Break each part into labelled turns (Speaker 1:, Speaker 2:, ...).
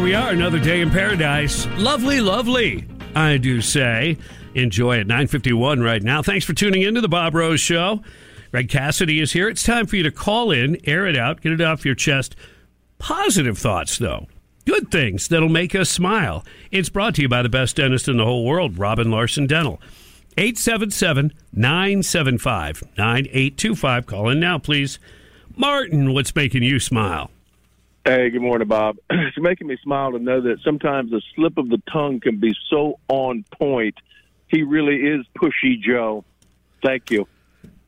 Speaker 1: we are, another day in paradise. Lovely, lovely, I do say. Enjoy it. 951 right now. Thanks for tuning in to the Bob Rose Show. Greg Cassidy is here. It's time for you to call in, air it out, get it off your chest. Positive thoughts, though. Good things that'll make us smile. It's brought to you by the best dentist in the whole world, Robin Larson Dental. 877 975 9825. Call in now, please. Martin, what's making you smile?
Speaker 2: Hey, good morning, Bob. It's making me smile to know that sometimes the slip of the tongue can be so on point. He really is pushy, Joe. Thank you.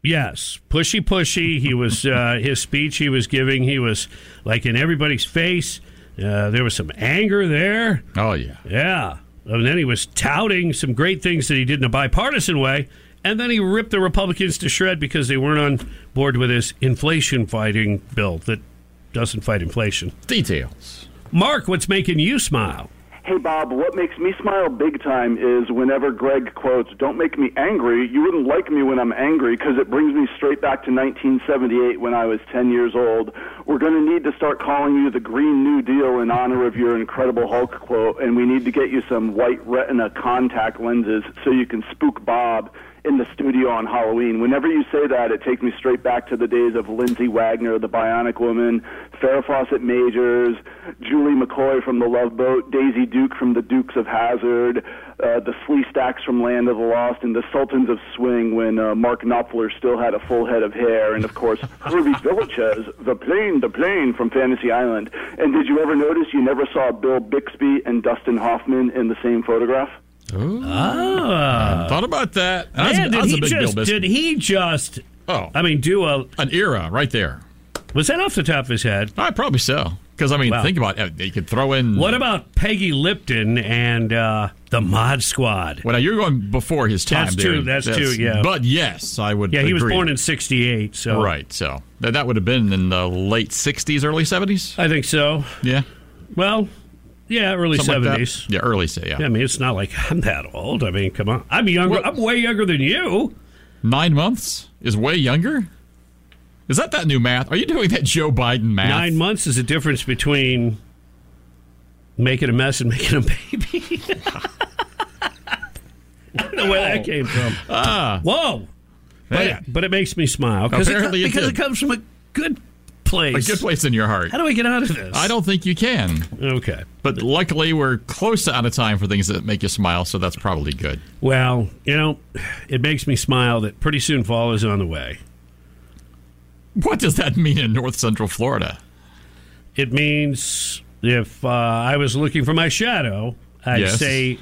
Speaker 1: Yes, pushy, pushy. He was uh, his speech he was giving. He was like in everybody's face. Uh, there was some anger there.
Speaker 3: Oh yeah.
Speaker 1: Yeah, and then he was touting some great things that he did in a bipartisan way, and then he ripped the Republicans to shred because they weren't on board with his inflation fighting bill that doesn't fight inflation.
Speaker 3: Details.
Speaker 1: Mark, what's making you smile?
Speaker 4: Hey, Bob, what makes me smile big time is whenever Greg quotes, Don't make me angry. You wouldn't like me when I'm angry because it brings me straight back to 1978 when I was 10 years old. We're going to need to start calling you the Green New Deal in honor of your Incredible Hulk quote, and we need to get you some white retina contact lenses so you can spook Bob in the studio on Halloween. Whenever you say that, it takes me straight back to the days of Lindsay Wagner, the Bionic Woman, Farrah Fawcett Majors, Julie McCoy from The Love Boat, Daisy Duke from The Dukes of Hazard, uh, the Flea Stacks from Land of the Lost, and the Sultans of Swing when uh, Mark Knopfler still had a full head of hair, and of course Herbie Vilches, the plane, the plane from Fantasy Island. And did you ever notice you never saw Bill Bixby and Dustin Hoffman in the same photograph?
Speaker 1: Ah,
Speaker 3: Thought about that. And
Speaker 1: man,
Speaker 3: I was, I
Speaker 1: did
Speaker 3: was
Speaker 1: he
Speaker 3: a big
Speaker 1: just
Speaker 3: Bill Biscuit.
Speaker 1: did he just?
Speaker 3: Oh.
Speaker 1: I mean, do a
Speaker 3: An era right there.
Speaker 1: was that off the top of his head?
Speaker 3: I probably so. Because I mean,
Speaker 1: Wow.
Speaker 3: think about it. You could throw in
Speaker 1: What about Peggy Lipton and uh, the Mod Squad?
Speaker 3: Well, now you're going before his time.
Speaker 1: That's
Speaker 3: there.
Speaker 1: true, that's true, yeah.
Speaker 3: But yes, I would.
Speaker 1: Yeah, he was
Speaker 3: agree.
Speaker 1: born in '68, so
Speaker 3: Right, so that, that would have been in the late '60s, early '70s.
Speaker 1: I think so.
Speaker 3: Yeah,
Speaker 1: Well, yeah, early
Speaker 3: something like that.
Speaker 1: '70s.
Speaker 3: Yeah, early '70s. Yeah.
Speaker 1: I mean, it's not like I'm that old. I mean, come on, I'm younger.
Speaker 3: Well-
Speaker 1: I'm way younger than you.
Speaker 3: nine months is way younger. Is that that new math? Are you doing that Joe Biden math?
Speaker 1: Nine months is the difference between making a mess and making a baby. I don't know where that came from.
Speaker 3: Ah.
Speaker 1: Whoa! But,
Speaker 3: Man.
Speaker 1: but it makes me smile because it, co-
Speaker 3: Apparently it
Speaker 1: because
Speaker 3: did.
Speaker 1: it comes from a good
Speaker 3: A
Speaker 1: place.
Speaker 3: good place in your heart.
Speaker 1: How do I get out of this?
Speaker 3: I don't think you can.
Speaker 1: Okay.
Speaker 3: But luckily, we're close to out of time for things that make you smile, so that's probably good.
Speaker 1: Well, you know, it makes me smile that pretty soon fall is on the way.
Speaker 3: What does that mean in North Central Florida?
Speaker 1: It means if uh, I was looking for my shadow, I'd
Speaker 3: Yes.
Speaker 1: say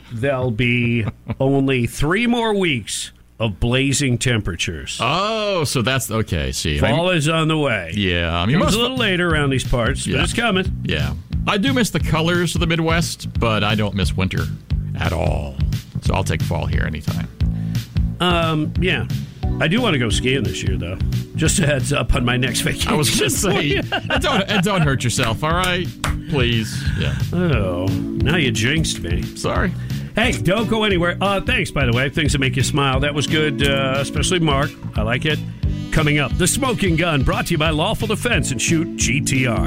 Speaker 1: there'll be only three more weeks of blazing temperatures.
Speaker 3: Oh, so that's okay. See, I-
Speaker 1: fall is on the way.
Speaker 3: yeah, I mean,
Speaker 1: Comes
Speaker 3: most,
Speaker 1: a little later around these parts, but
Speaker 3: Yeah.
Speaker 1: it's coming.
Speaker 3: yeah, I do miss the colors of the Midwest, but I don't miss winter at all. So I'll take fall here anytime.
Speaker 1: Um, yeah. I do want to go skiing this year, though. Just a heads up on my next vacation.
Speaker 3: I was going to say, don't and don't hurt yourself, all right? Please. Yeah.
Speaker 1: Oh, now you jinxed me.
Speaker 3: Sorry.
Speaker 1: Hey, don't go anywhere. Uh, thanks, by the way. Things that make you smile. That was good, uh, especially Mark. I like it. Coming up, The Smoking Gun, brought to you by Lawful Defense and Shoot GTR.